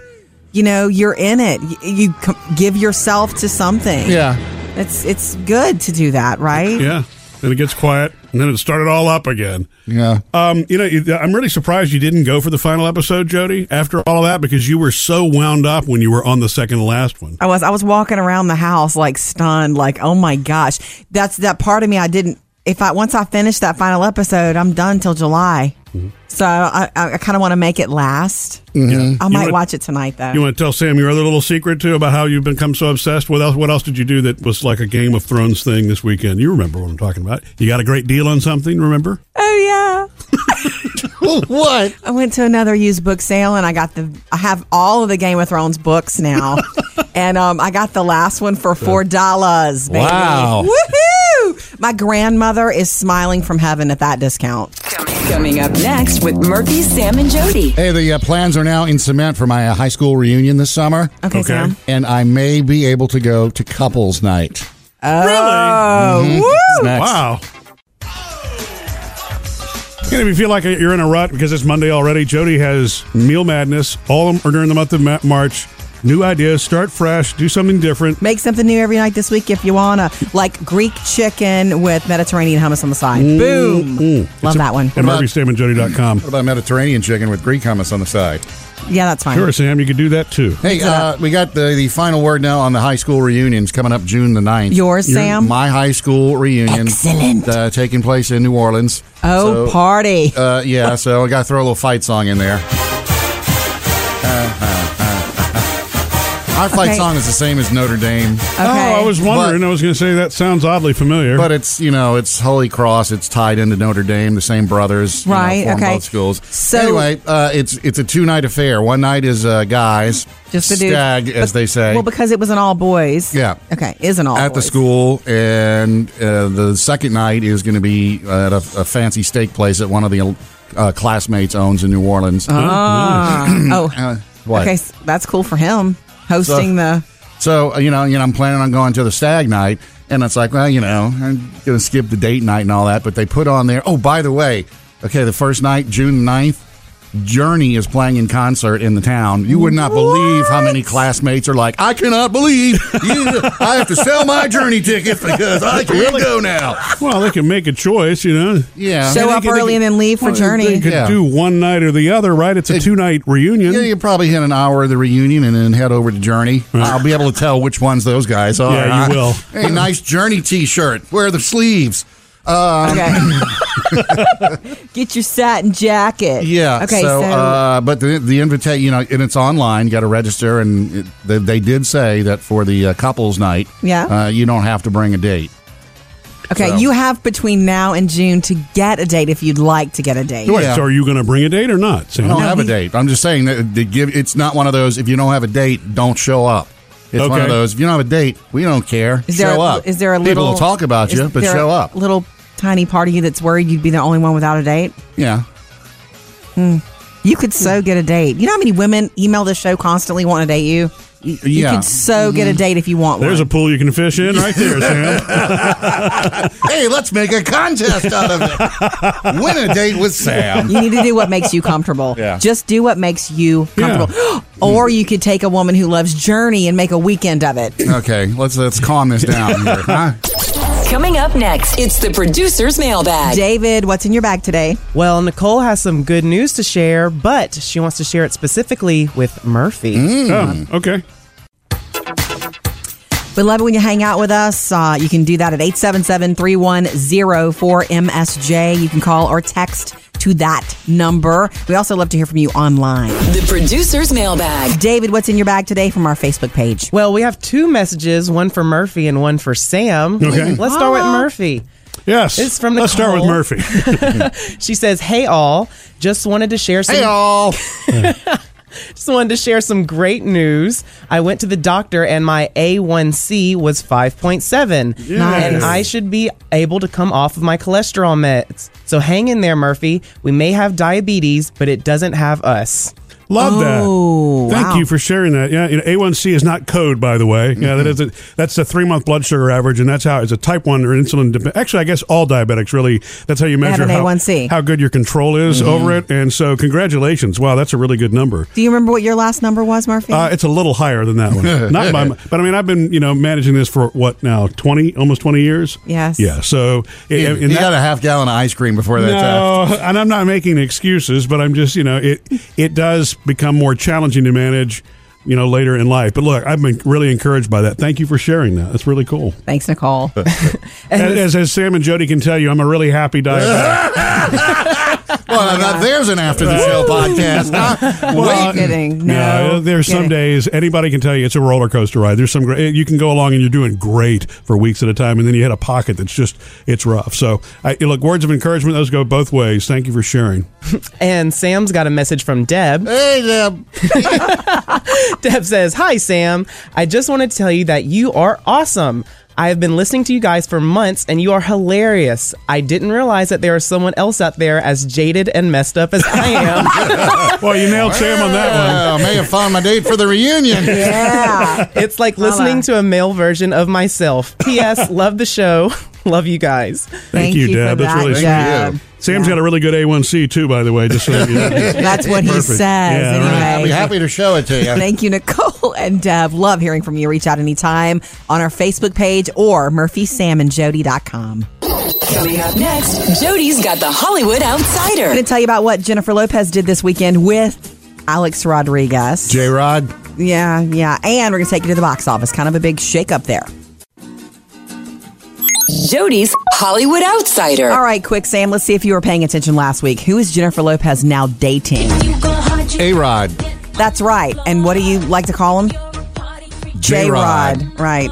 C: you know, you're in it. You, you c- give yourself to something.
A: Yeah.
C: It's it's good to do that, right?
A: Yeah. Then it gets quiet, and then it started all up again.
B: Yeah.
A: Um, you know, it- I'm really surprised you didn't go for the final episode, Jody, after all of that, because you were so wound up when you were on the second to last one.
C: I was I was walking around the house like stunned, like oh my gosh, that's that part of me I didn't if I once I finish that final episode, I'm done till July.
A: Mm-hmm.
C: So I, I, I kind of want to make it last. I
A: Mm-hmm. You
C: might
A: wanna-
C: watch it tonight though.
A: You want to tell Sam your other little secret too about how you've become so obsessed? What else? What else did you do that was like a Game of Thrones thing this weekend? You remember what I'm talking about? You got a great deal on something? Remember? (laughs)
C: Oh yeah.
B: what?
C: I went to another used book sale and I got the I have all of the Game of Thrones
A: (laughs)
C: books now. and um, I got the last one for four dollars, baby.
D: Wow.
C: Woohoo! My grandmother is smiling from heaven at that discount.
D: Coming up next with Murphy, Sam, and Jody.
B: Hey, the uh, plans are now in cement for my uh, high school reunion this summer.
D: Okay, Okay. Sam.
B: And I may be able to go to couples night.
C: Oh,
B: Mhm. Who's next?
A: Wow. And if you feel like you're in a rut because it's Monday already, Jody has Meal Madness all of- or during the month of Ma- March. New ideas, start fresh, do something different.
C: Make something new every night this week if you wanna. Like Greek chicken with Mediterranean hummus on the side. Boom. Love that one.
A: Mm-hmm. At MurphySamandJody.com. What
B: about Mediterranean chicken with Greek hummus on the side?
C: Yeah, that's fine.
A: Sure, Sam, you could do that too.
B: Hey, uh, we got the, the final word now on the high school reunions coming up June the 9th.
C: Yours, Sam?
B: My high school reunion. Excellent. Uh, taking place in New Orleans.
C: Oh, party.
B: Uh, yeah, so I got to throw a little fight song in
C: (laughs)
B: there. Our fight
A: Okay.
B: song is the same as Notre Dame.
A: Oh, I was wondering. I was going to say that sounds oddly familiar.
B: But it's you know it's Holy Cross. It's tied into Notre Dame, the same brothers, you know,
C: Right,
B: form
C: okay.
B: Both schools.
C: So-
B: anyway, uh, it's it's a two night affair. One night is uh, guys,
C: Just the dudes.
B: stag, as
C: But-
B: they say.
C: Well, because it was an all boys.
B: yeah.
C: Okay, is an all
B: At the
C: boys.
B: school, and uh, the second night is going to be at a, a fancy steak place that one of the uh, classmates owns in New Orleans.
A: Mm-hmm.
C: Ah. oh.
B: Uh, (clears throat) what?
C: Okay, s- that's cool for him hosting the.
B: So uh, you know, you know, I'm planning on going to the stag night, and it's like, well, you know, I'm gonna skip the date night and all that. But they put on there. Oh, by the way, okay, the first night, June 9th, Journey is playing in concert in the town. You would not believe how many classmates are like, I cannot believe you, I have to sell my Journey ticket because I can't
A: Really?
B: go now.
A: Well, they can make a choice, you know.
B: Yeah.
C: Show up early and then leave for
A: Well,
C: Journey.
A: They could
B: Yeah.
A: do one night or the other, right? It's a two night reunion.
B: Yeah, you probably hit an hour of the reunion and then head over to Journey. I'll be able to tell which ones those guys are.
A: Yeah, you will.
B: Hey, nice Journey T-shirt. Where are the sleeves? Um, (laughs)
C: Get your satin jacket.
B: Yeah.
C: Okay,
B: So,
C: so.
B: uh, but the the invitation, you know, and it's online. You got to register, and it, they, they did say that for the uh, couples night,
C: Yeah.
B: uh, you don't have to bring a date.
C: Okay,
B: so-
C: you have between now and June to get a date if you'd like to get a date.
A: Wait, so are you going to bring a date or not? Sam?
B: I don't have a date. I'm just saying that they give. It's not one of those. If you don't have a date, don't show up. It's one of
A: Okay.
B: those. If you don't have a date, we don't care.
C: Is there
B: show
C: a,
B: up.
C: Is there a little?
B: people will talk about
C: is
B: you, but
C: there
B: show
C: a
B: up.
C: Little tiny part of you that's worried you'd be the only one without a date.
B: Yeah.
C: Hmm. You could so get a date. You know how many women email the show constantly want to date you. You, you
A: yeah.
C: could so
B: Mm-hmm.
C: get a date if you want
A: There's
C: one.
A: a pool you can fish in right there,
B: (laughs)
A: Sam.
B: hey, let's make a contest out of it. Win a date with Sam.
C: You need to do what makes you comfortable.
B: (laughs) Yeah.
C: Just do what makes you comfortable. (gasps) or you could take a woman who loves Journey and make a weekend of it.
B: Okay, let's let's calm this down. Here,
A: (laughs)
B: huh?
D: Coming up next, it's the producer's mailbag.
C: David, what's in your bag today?
G: Well, Nicole has some good news to share, but she wants to share it specifically with Murphy.
A: Oh, okay.
C: We love it when you hang out with us. Uh, you can do that at 877-310-4MSJ. You can call or text to that number. We also love to hear from you online.
D: The producer's mailbag.
C: David, what's in your bag today from our Facebook page?
G: Well, we have two messages, one for Murphy and one for Sam.
A: Okay.
G: Let's start with
A: Ah.
G: Murphy.
A: Yes.
G: It's from Nicole.
A: Let's start with Murphy. (laughs)
G: she says, "Hey all, just wanted to share some
B: Hey, all.
G: just wanted to share some great news. I went to the doctor and my A1C was 5.7
K: Nice.
G: and I should be able to come off of my cholesterol meds. So hang in there, Murphy. We may have diabetes, but it doesn't have us."
A: Love
C: Oh,
A: that. Thank
G: wow.
A: you for sharing that. Yeah, you know, A1C is not code, by the way. Yeah, that is
B: Mm-hmm.
A: a, that's the three month blood sugar average, and that's how it's a type one or insulin. dependent. Actually, I guess all diabetics really. That's how you
C: They have
A: measure
C: an
A: how,
C: A1C.
A: how good your control is
C: Mhm.
A: over
B: Mm-hmm.
A: it. And so, congratulations. Wow, that's a really good number.
C: Do you remember what your last number was, Murphy?
A: Uh, it's a little higher than that
B: (laughs)
A: one. Not by, mu- but I mean, I've been you know managing this for what now twenty, almost twenty years.
C: Yes.
A: Yeah. So
B: You,
A: and- and that-
B: got a half gallon of ice cream before that. uh,
A: no, and I'm not making excuses, but I'm just you know it it does become more challenging to manage. you know, later in life. But look, I've been really encouraged by that. Thank you for sharing that. That's really cool. (laughs)
C: Thanks, Nicole.
A: as, as, as Sam and Jody can tell you, I'm a really happy diabetic.
B: Well, now there's an after the show podcast. Huh?
C: Well, kidding. No,
A: yeah, there's some
C: kidding.
A: days anybody can tell you it's a roller coaster ride. There's some great you can go along and you're doing great for weeks at a time, and then you hit a pocket that's just it's rough. So, I, look, words of encouragement those go both ways. Thank you for sharing.
G: And Sam's got a message from Deb. (laughs)
B: Hey, Deb.
G: Deb says, Hi, Sam. I just want to tell you that you are awesome. I have been listening to you guys for months and you are hilarious. I didn't realize that there is someone else out there as jaded and messed up as I am.
A: Well, you nailed Sam on that
B: Well, I may have found my date for the
C: (laughs)
B: reunion.
C: Yeah.
G: it's like listening to a male version of (laughs) myself. P.S. Love the show. (laughs) Love you guys.
A: Thank
C: Thank
A: you,
C: you
A: Deb.
C: for
A: That's
C: that,
A: really sweet.
C: Deb.
A: Sam's got a really good A1C too, by the way. Just so you know.
C: (laughs) That's what he
A: Perfect.
C: says.
A: Yeah, right.
B: I'll
C: anyway.
B: be happy to show it to you.
C: Thank you, Nicole (laughs) and Deb. Love hearing from you. Reach out anytime on our Facebook page or murphysamandjody.com.
D: Coming up next, Jody's got the Hollywood
C: I'm
D: Outsider.
C: going to tell you about what Jennifer Lopez did this weekend with Alex Rodriguez.
B: J Rod,
C: yeah, yeah. And we're going to take you to the box office. Kind of a big shakeup there.
D: Jody's Hollywood Outsider.
C: All right, quick, Sam, let's see if you were paying attention last week. Who is Jennifer Lopez now dating?
B: A Rod,
C: That's right. And what do you like to call him?
B: J Rod.
C: Right.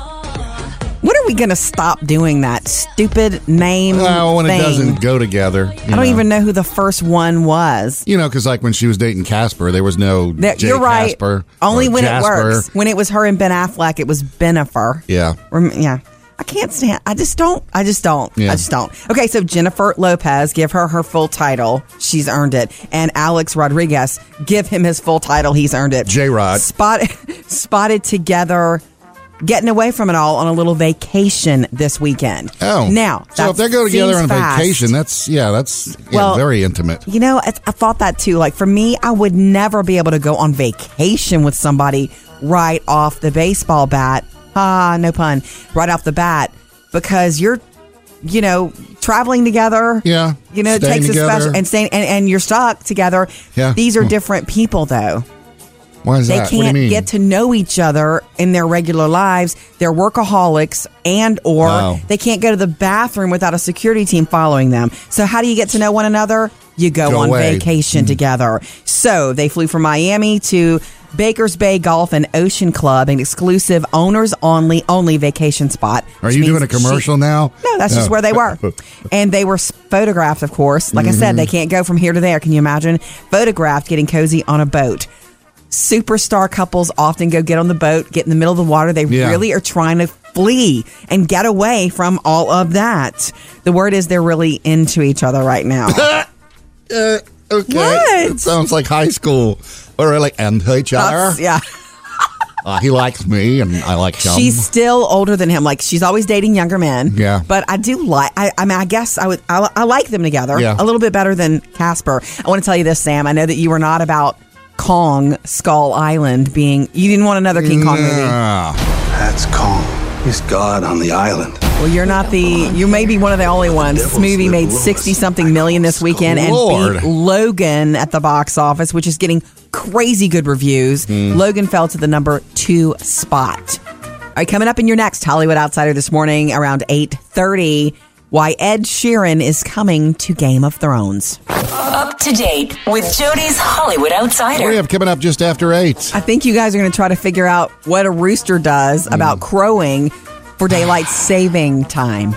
C: When are we going to stop doing that stupid name?
B: Well, when
C: thing?
B: it doesn't go together.
C: I don't even know who the first one was.
B: You know, because like when she was dating Casper, there was no
C: There-
B: J
C: you're right.
B: Casper.
C: Only
B: or
C: when
B: Jasper.
C: it works. When it was her and Ben Affleck, it was Benifer.
B: Yeah.
C: Rem- yeah. I can't stand. I just don't. I just don't.
B: Yeah.
C: I just don't. Okay, so Jennifer Lopez, give her her full title. She's earned it. And Alex Rodriguez, give him his full title. He's earned it.
B: J-Rod.
C: Spot, (laughs) spotted together, getting away from it all on a little vacation this weekend.
B: Oh,
C: now
B: so if
C: that
B: they go together
C: seems
B: on a
C: fast.
B: vacation, that's yeah, that's yeah,
C: Well,
B: very intimate.
C: You know, it's, I thought that too. Like for me, I would never be able to go on vacation with somebody right off the baseball bat. Ah, no pun. Right off the bat, because you're, you know, traveling together.
B: Yeah,
C: You know, it
B: staying
C: takes a
B: together.
C: special and staying and, and you're stuck together.
B: Yeah.
C: These are
B: Hmm.
C: different people though.
B: Why is
C: They
B: that?
C: can't
B: what do you mean?
C: get to know each other in their regular lives. They're workaholics and or
B: Wow.
C: they can't go to the bathroom without a security team following them. So how do you get to know one another? You go,
B: Go
C: on
B: away. Mm.
C: vacation together. So they flew from Miami to Baker's Bay Golf and Ocean Club, an exclusive owners only only vacation spot.
B: Are
C: which
B: you doing
C: means
B: a commercial
C: she-
B: now?
C: No, that's just
B: No.
C: where
B: (laughs)
C: they were. and they were s- photographed, of course. Like I said,
B: Mm-hmm.
C: they can't go from here to there. Can you imagine? Photographed getting cozy on a boat superstar couples often go get on the boat, get in the middle of the water. They
B: Yeah.
C: really are trying to flee and get away from all of that. The word is they're really into each other
B: (laughs)
C: right now.
B: Uh, okay.
C: What?
B: It sounds like high school. Or like and each other.
C: That's- yeah.
B: Uh, he likes me and I like him.
C: She's still older than him. Like she's always dating younger men.
B: Yeah.
C: But I do like. I, I mean, I guess I would. I, I like them together
B: Yeah.
C: a little bit better than Casper. I want to tell you this, Sam. I know that you were not about Kong Skull Island being. You didn't want another King Kong movie.
B: Ah,
E: That's Kong. He's God on the island.
C: Well, you're not the. You may be one of the only ones. This
E: devil's
C: movie
E: the
C: made
E: lowest.
C: sixty something million this weekend and
B: Lord.
C: beat Logan at the box office, which is getting crazy good reviews.
B: Hmm.
C: Logan fell to the number two spot. All right, coming up in your next Hollywood Outsider this morning around eight thirty. Why Ed Sheeran is coming to Game of Thrones.
D: Up to date with Jody's Hollywood
B: what do
D: Outsider.
B: we have coming up just after eight?
C: I think you guys are going to try to figure out what a rooster does
B: Hmm.
C: about crowing for daylight saving time.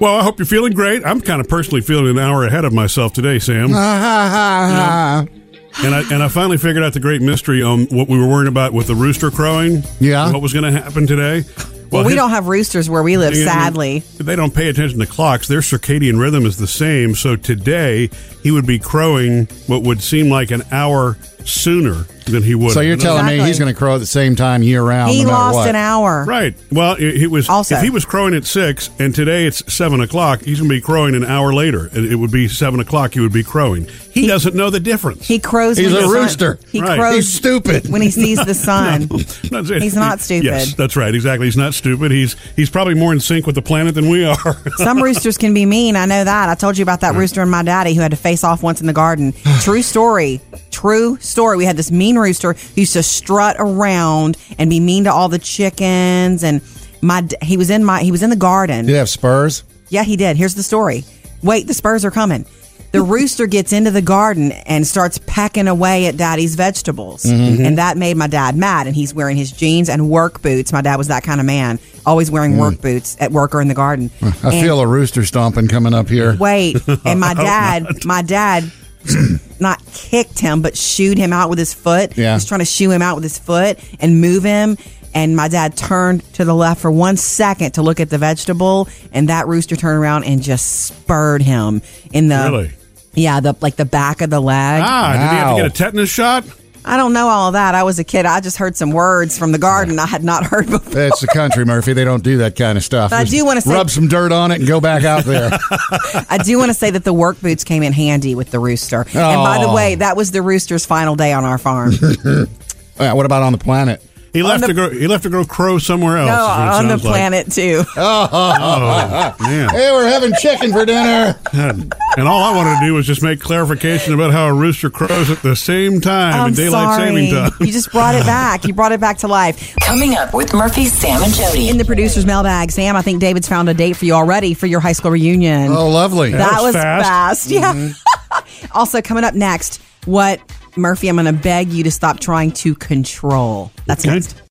A: Well, I hope you're feeling great. I'm kind of personally feeling an hour ahead of myself today, Sam.
B: Ah,
A: And I and I finally figured out the great mystery on what we were worrying about with the rooster crowing.
B: Yeah.
A: and what was going to happen today?
C: Well, we
A: his-
C: don't have roosters where we live,
A: Yeah,
C: sadly.
A: They don't pay attention to clocks. Their circadian rhythm is the same. So today he would be crowing what would seem like an hour sooner than he would.
B: so you're
A: have.
B: telling me he's
C: Exactly.
B: going to crow at the same time year round?
C: He
B: no matter
C: lost
B: what.
C: an hour.
A: Right. Well, it, it was
C: Also-
A: if he was crowing at six, and today it's seven o'clock. He's going to be crowing an hour later. It, it would be seven o'clock. He would be crowing. He, doesn't know the difference.
C: He crows.
B: He's
C: when
B: a
C: the sun-
B: rooster.
C: He
A: Right.
C: crows
B: He's stupid.
C: when he
B: (laughs)
C: sees the
A: (laughs)
C: sun.
A: Not saying-
C: He's not stupid.
A: Yes, that's right. Exactly. He's not stupid. He's he's probably more in sync with the planet than we are. (laughs)
C: Some roosters
B: (sighs)
C: can be mean. I know that. I told you about that rooster and my daddy who had to face off once in the garden. True story. true story. We had this mean rooster who used to strut around and be mean to all the chickens. And my d- he was in my he was in the garden.
B: Did it have spurs?
C: Yeah, he did. Here's the story. Wait, the Spurs are coming.
B: (laughs)
C: The rooster gets into the garden and starts pecking away at daddy's vegetables.
B: Mm-hmm.
K: Mhm.
C: And that made my dad mad. And he's wearing his jeans and work boots. My dad was that kind of man, always wearing work boots at work or in the garden.
B: Mm. (laughs) I feel a rooster stomping coming up here. (laughs)
C: Wait. And
B: I
C: my
B: hope
C: dad, my dad, (clears throat) not kicked him, but shooed him out with his foot.
B: Yeah.
C: He's trying to shoo him out with his foot and move him. And my dad turned to the left for one second to look at the vegetable, and that rooster turned around and just spurred him in the
A: Really?
C: yeah the like the back of the leg.
A: Ah, did he have to get a tetanus shot?
C: I don't know all that. I was a kid. I just heard some words from the garden I had not heard before.
B: (laughs) It's the country, Murphy. They don't do that kind of stuff.
C: But I
B: Just
C: do wanna say-
B: rub some dirt on it and go back out there.
C: (laughs) I do want to say that the work boots came in handy with the rooster. And by the
B: Aw.
C: way, that was the rooster's final day on our farm.
B: Yeah, what about on the planet?
A: He left to go. He left to go crow somewhere else.
C: No,
A: is what it
C: Oh, on the
A: sounds like.
C: planet
A: (laughs)
C: too.
A: Oh, man.
B: (laughs) Hey, we're having chicken for dinner.
A: God. And all I wanted to do was just make clarification about how a rooster crows at the same time
C: I'm
A: in daylight
C: sorry.
A: saving time. (laughs)
C: You just brought it back. You brought it back to life.
D: Coming up with Murphy, Sam, and Jody.
C: In the producer's mailbag, Sam, I think David's found a date for you already for your high school reunion.
B: Oh, lovely.
C: That, was, fast. Mm-hmm. Yeah. (laughs) also, coming up next, what, Murphy, I'm going to beg you to stop trying to control. That's next.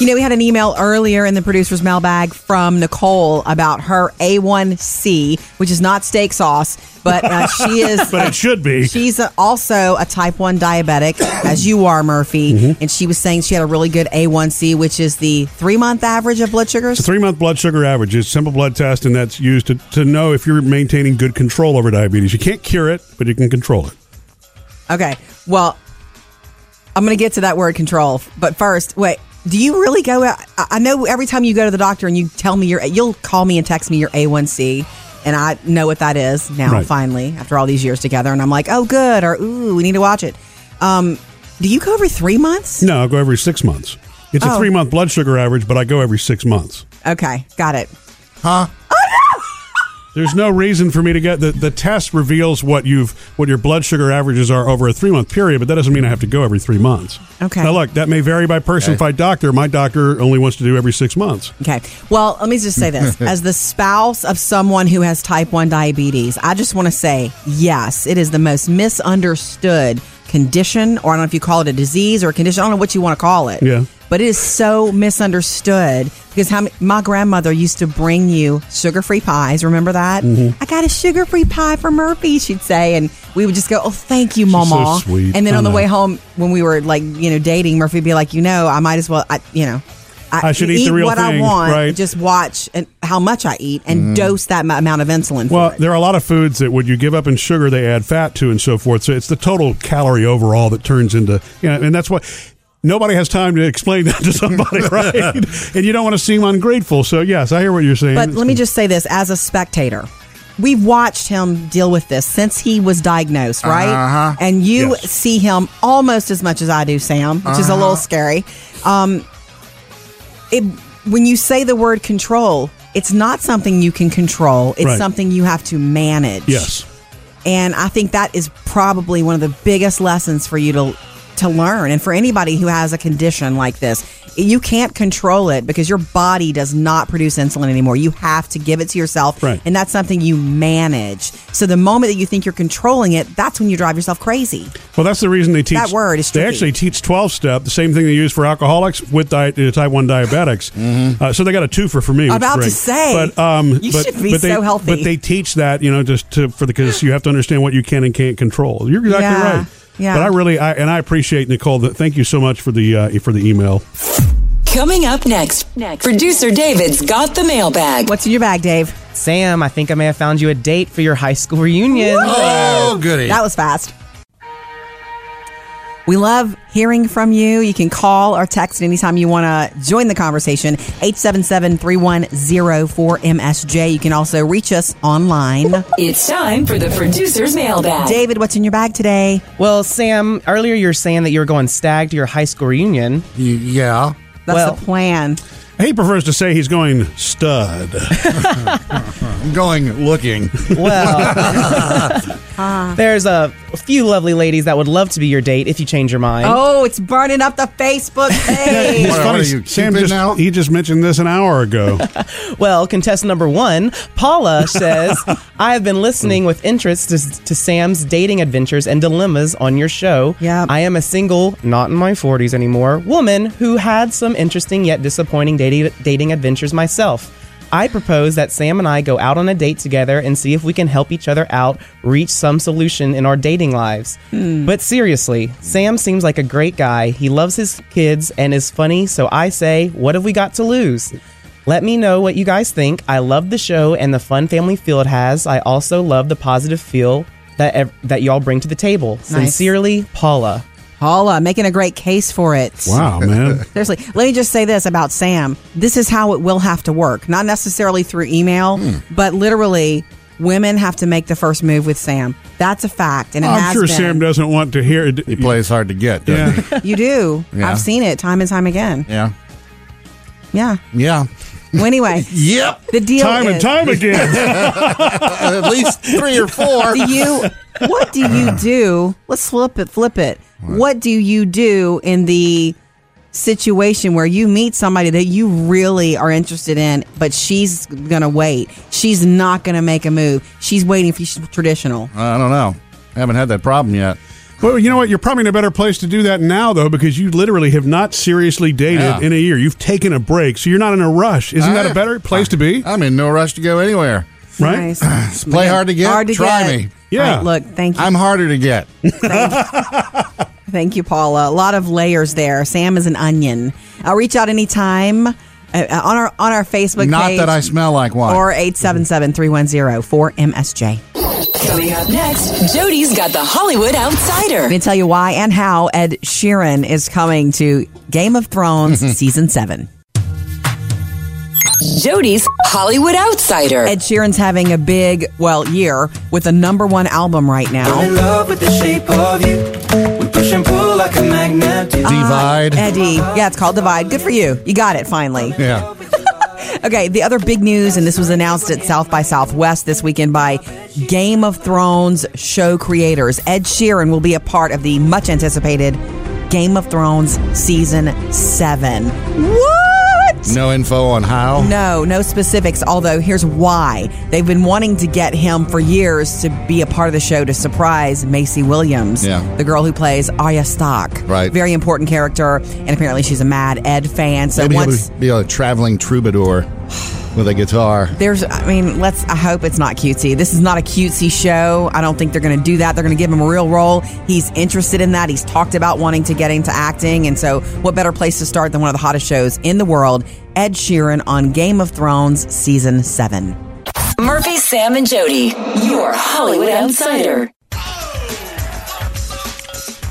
C: You know, we had an email earlier in the producer's mailbag from Nicole about her A1C, which is not steak sauce, but uh, she
A: (laughs)
C: is.
A: But it should be.
C: She's a- also a type 1 diabetic, (coughs) as you are, Murphy. And she was saying she had a really good A1C, which is the three month average of blood sugars.
A: It's a three month blood sugar average. It's a simple blood test, and that's used to, to know if you're maintaining good control over diabetes. You can't cure it, but you can control it.
C: Okay. Well, I'm going to get to that word control, but first, wait. Do you really go? out- I I know every time you go to the doctor and you tell me your, you'll call me and text me your A1C, and I know what that is now.
K: Right.
C: Finally, after all these years together, and I'm like, oh, good, or ooh, we need to watch it. Um, do you go every three months?
A: No, I go every six months. It's
C: Oh.
A: a three month blood sugar average, but I go every six months.
C: Okay, got it.
B: Huh?
A: There's no reason for me to get the, the test reveals what you've what your blood sugar averages are over a three month period, but that doesn't mean I have to go every three months.
C: Okay.
A: Now look, that may vary by person by doctor. My doctor only wants to do every six months.
C: Okay. Well, let me just say this. As the spouse of someone who has type 1 diabetes, I just want to say yes, it is the most misunderstood condition, or I don't know if you call it a disease or a condition. I don't know what you want to call it.
A: Yeah.
C: But it is so misunderstood because how m- my grandmother used to bring you sugar free pies. Remember that?
K: Mhm.
C: I got a sugar free pie for Murphy, she'd say. And we would just go, Oh, thank you, Mama.
K: sweet.
C: And then
K: I
C: on the
K: know.
C: way home, when we were like, you know, dating, Murphy would be like, You know, I might as well, I, you know,
A: I should eat the real
C: what I
A: thing,
C: want.
A: right.
C: Just watch and how much I eat and
K: Mm-hmm.
A: Mhm.
C: dose that m- amount of insulin.
A: Well, there are a lot of foods that when you give up in sugar, they add fat to and so forth. So it's the total calorie overall that turns into, you know, and that's why nobody has time to explain (laughs) that to somebody, right? and you don't want to seem ungrateful. So, yes, I hear what you're saying.
C: But let me just say this as a spectator. We've watched him deal with this since he was diagnosed, right?
K: Uh-huh.
C: And you see him almost as much as I do, Sam, which is a little
K: Uh-huh.
C: scary. Um, it, when you say the word control, it's not something you can control, it's
K: Right.
C: something you have to manage.
A: Yes.
C: And I think that is probably one of the biggest lessons for you to to learn and for anybody who has a condition like this. You can't control it because your body does not produce insulin anymore. You have to give it to yourself
K: Right.
C: and that's something you manage. So the moment that you think you're controlling it, that's when you drive yourself crazy.
A: Well, that's the reason they teach
C: That word is
A: They
C: tricky.
A: actually teach twelve step, the same thing they use for alcoholics with di- uh, type one
C: (laughs)
A: diabetics. Uh, so they got a twofer for me. which is
C: Mm-hmm. About to
A: great.
C: say,
A: but um,
C: you
A: but,
C: should be
A: but they,
C: so healthy.
A: But they teach that, you know, just to for the because you have to understand what you can and can't control. You're exactly
C: Yeah.
A: right.
C: Yeah.
A: But I really, I, and I appreciate Nicole. That, thank you so much for the uh, for the email.
D: Coming up next, producer David's got the mailbag.
C: What's in your bag, Dave?
G: Sam, I think I may have found you a date for your high school reunion.
C: Whoa!
B: goody.
C: That was fast. We love hearing from you. You can call or text anytime you want to join the conversation. 877-310-4MSJ. You can also reach us online.
D: It's time for the producer's mailbag.
C: David, what's in your bag today?
G: Well, Sam, (laughs) earlier you were saying that you were going stag to your high school reunion.
B: yeah.
C: That's the plan.
A: He prefers to say he's going
B: (laughs)
A: stud. (laughs) I'm
B: going looking.
G: (laughs) Well, there's a few lovely ladies that would love to be your date if you change your mind.
C: Oh, it's burning up the Facebook page.
A: It's funny. Sam just, he just mentioned this an hour
B: (laughs)
A: ago.
G: Well, contestant number one, (laughs) Paula says, I have been listening with interest to, to Sam's dating adventures and dilemmas on your show. Yeah. I am a single, not in my 40s anymore, woman who had some interesting yet disappointing dating, dating adventures myself. I propose that Sam and I go out on a date together and see if we can help each other out, reach some solution in our dating lives. But seriously, Sam seems like a great guy. He loves his kids and is funny, so I say, what have we got to lose? Let me know what you guys think. I love the show and the fun family feel it has. I also love the positive feel that ev- that y'all bring to the table. Sincerely, Paula.
C: Paula making a great case for it.
A: Wow, man.
C: Seriously, let me just say this about Sam. This is how it will have to work. Not necessarily through email,
A: Hmm.
C: but literally, women have to make the first move with Sam. That's a fact. And it
A: I'm
C: has
A: sure
C: been.
A: Sam doesn't want to hear it. He
B: plays hard to get. (laughs)
A: Yeah.
C: You do.
A: Yeah.
C: I've seen it time and time again.
B: Yeah.
C: Yeah.
B: Yeah.
A: (laughs)
C: Well, anyway.
B: yep.
C: The deal
A: Time and
C: is-
A: time
B: (laughs)
A: again.
B: At least three or
C: (laughs)
B: four.
C: Do you? What do
B: (laughs)
C: you do? Let's flip it. Flip it. What? do you do in the situation where you meet somebody that you really are interested in, but she's gonna wait. She's not gonna make a move. She's waiting for you. She's traditional.
B: I don't know. I haven't had that problem yet.
A: Well, you know what? You're probably in a better place to do that now, though, because you literally have not seriously dated
B: Yeah. Ah.
A: in a year. You've taken a break, so you're not in a rush. Isn't that
B: I-
A: a better place to be?
B: I'm in no rush to go anywhere.
A: Right?
B: (clears throat) Just play hard to get.
C: Hard to
B: Try
C: get.
B: me.
A: Yeah.
C: Right, look, thank you.
B: I'm harder to get.
C: Thank you, Paula. A lot of layers there. Sam is an onion. I'll reach out anytime uh, uh, on our on our Facebook
B: Not
C: page
B: that I smell like one.
C: or 877-310-4MSJ.
D: Coming up next, Jody's got the Hollywood
C: Let
D: Outsider.
C: me tell you why and how Ed Sheeran is coming to Game of Thrones season seven.
D: Jody's Hollywood Outsider.
C: Ed Sheeran's having a big, well, year with a number one album right now.
K: love with the shape of you. We push and pull like a magnet. do.
B: Divide.
C: Eddie. Yeah, it's called Divide. Good for you. You got it finally.
B: (laughs) yeah.
C: Okay, the other big news, and this was announced at South by Southwest this weekend by Game of Thrones show creators. Ed Sheeran will be a part of the much anticipated Game of Thrones season seven. What?
B: No info on how.
C: No, no specifics, although here's why. They've been wanting to get him for years to be a part of the show to surprise Macy Williams,
B: Yeah.
C: the girl who plays Arya Stock.
B: Right.
C: Very important character, and apparently she's a mad Ed fan. So
B: Maybe
C: once
B: he'll be a traveling troubadour with a guitar. (laughs)
C: there's, I mean, let's, I hope it's not cutesy. This is not a cutesy show. I don't think they're going to do that. They're going to give him a real role. He's interested in that. He's talked about wanting to get into acting. And so, what better place to start than one of the hottest shows in the world, Ed Sheeran on Game of Thrones Season 7.
D: Murphy, Sam, and Jody, your Hollywood Outsider.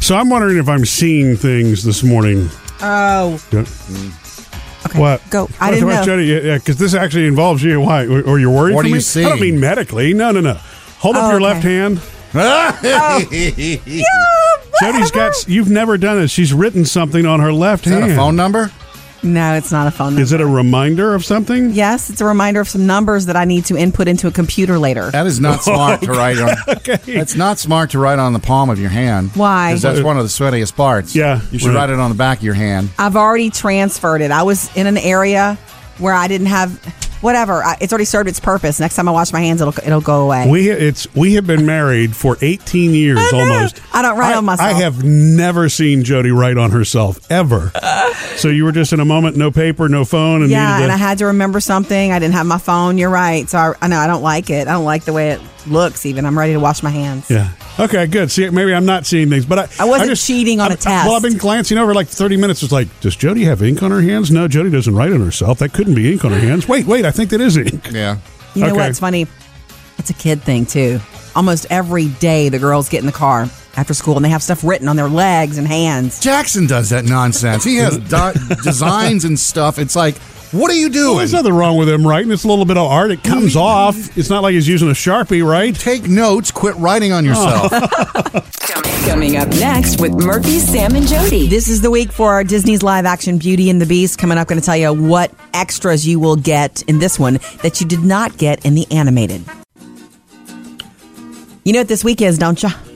A: So I'm wondering if I'm seeing things this morning.
C: Oh.
A: Okay. What?
C: go. I didn't know.
A: Yeah, because this actually involves you. Why? Or or you're worried?
B: What
A: for
B: are
A: me?
B: you
A: I don't
B: seeing?
A: mean medically. No, no, no. Hold up
C: Oh,
A: your
C: okay.
A: left hand.
C: Oh.
B: (laughs)
C: (laughs)
A: Jody's got. You've never done this. She's written something on her left
B: Is that
A: hand.
B: a phone number?
C: No, it's not a phone number.
A: Is it a reminder of something?
C: Yes, it's a reminder of some numbers that I need to input into a computer later.
B: That
A: (laughs)
B: is not smart to write on.
A: Okay.
B: That's not smart to write on the palm of your hand.
C: Why?
B: 'Cause that's one of the sweatiest parts.
A: Yeah,
B: You should
A: right.
B: write it on the back of your hand.
C: I've already transferred it. I was in an area where I didn't have whatever. I, it's already served its purpose. Next time I wash my hands, it'll it'll go away.
A: We it's we have been married for 18 years
C: I know.
A: almost.
C: I don't write on myself.
A: I have never seen Jody write on herself ever. so you were just in a moment, no paper, no phone, and
C: yeah,
A: needed
C: and
A: to-
C: I had to remember something. I didn't have my phone. You're right. So I, I know I don't like it. I don't like the way it looks. Even I'm ready to wash my hands.
A: Yeah. Okay, good. See, maybe I'm not seeing things, but I,
C: I wasn't
A: just-
C: cheating on a
A: I-
C: test.
A: Well, I've been glancing over like 30 minutes. It's like, does Jody have ink on her hands? No, Jody doesn't write on herself. That couldn't be ink on her hands. Wait, wait, I think that is ink.
B: Yeah.
C: You know
A: Okay.
C: what's funny? It's a kid thing too. Almost every day, the girls get in the car. after school and they have stuff written on their legs and hands.
B: Jackson does that nonsense. He
A: (laughs)
B: has di- designs and stuff. It's like, what are you doing?
A: Oh, there's nothing wrong with him writing. It's a little bit of art. It comes
C: Mm-hmm.
A: off. It's not like he's using a sharpie, right?
B: Take notes. Quit writing on
A: yourself.
D: Coming up next with Murphy, Sam, and Jody.
C: This is the week for our Disney's live action Beauty and the Beast. Coming up, going to tell you what extras you will get in this one that you did not get in the animated. You know what this week is, don't you?
A: Oh.
B: (laughs)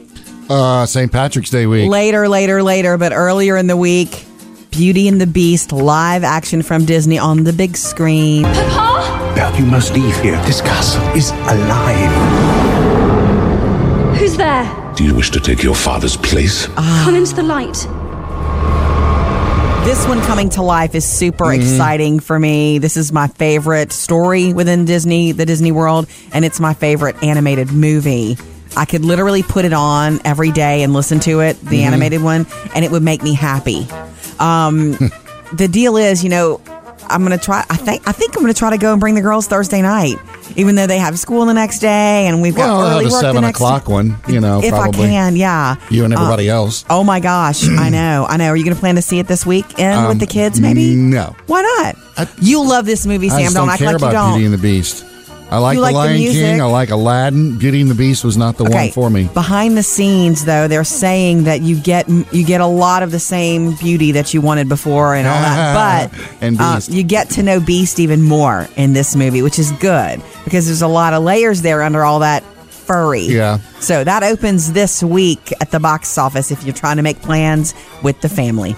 B: Uh, St. Patrick's Day week.
C: Later, later, later, but earlier in the week, Beauty and the Beast live action from Disney on the big screen.
E: Now you must leave here. This castle is alive.
L: Who's there?
M: Do you wish to take your father's place?
L: Come into the light.
C: This one coming to life is super
B: Mm-hmm.
C: exciting for me. This is my favorite story within Disney, the Disney World, and it's my favorite animated movie. I could literally put it on every day and listen to it, the
B: Mm-hmm.
N: Mhm.
C: animated one, and it would make me happy.
B: (laughs)
C: Um, the deal is, you know, I'm gonna try. I think I think I'm gonna try to go and bring the girls Thursday night, even though they have school the next day and we've got
B: Well,
C: early
B: the
C: work the
B: seven
C: next
B: o'clock one, you know,
C: if
B: probably.
C: I can, yeah.
B: You and everybody
C: Uh,
B: else.
C: Oh my gosh, I know, I know. Are you going to plan to see it this
B: Mm.
C: weekend
B: Um,
C: with the kids? Maybe.
B: No.
C: Why not? you love this movie,
B: I
C: Sam.
B: just
C: Don't,
B: don't,
C: act
B: care
C: like you
B: about
C: don't.
B: Beauty and the Beast. I like The
C: You like the
B: Lion
C: music.
B: King. I like Aladdin. Beauty and the Beast was not the
C: Okay.
B: one for me.
C: Behind the scenes, though, they're saying that you get you get a lot of the same beauty that you wanted before and all that, but
B: (laughs) And
C: uh,
B: Beast.
C: you get to know Beast even more in this movie, which is good because there's a lot of layers there under all that furry.
B: Yeah.
C: So that opens this week at the box office if you're trying to make plans with the family.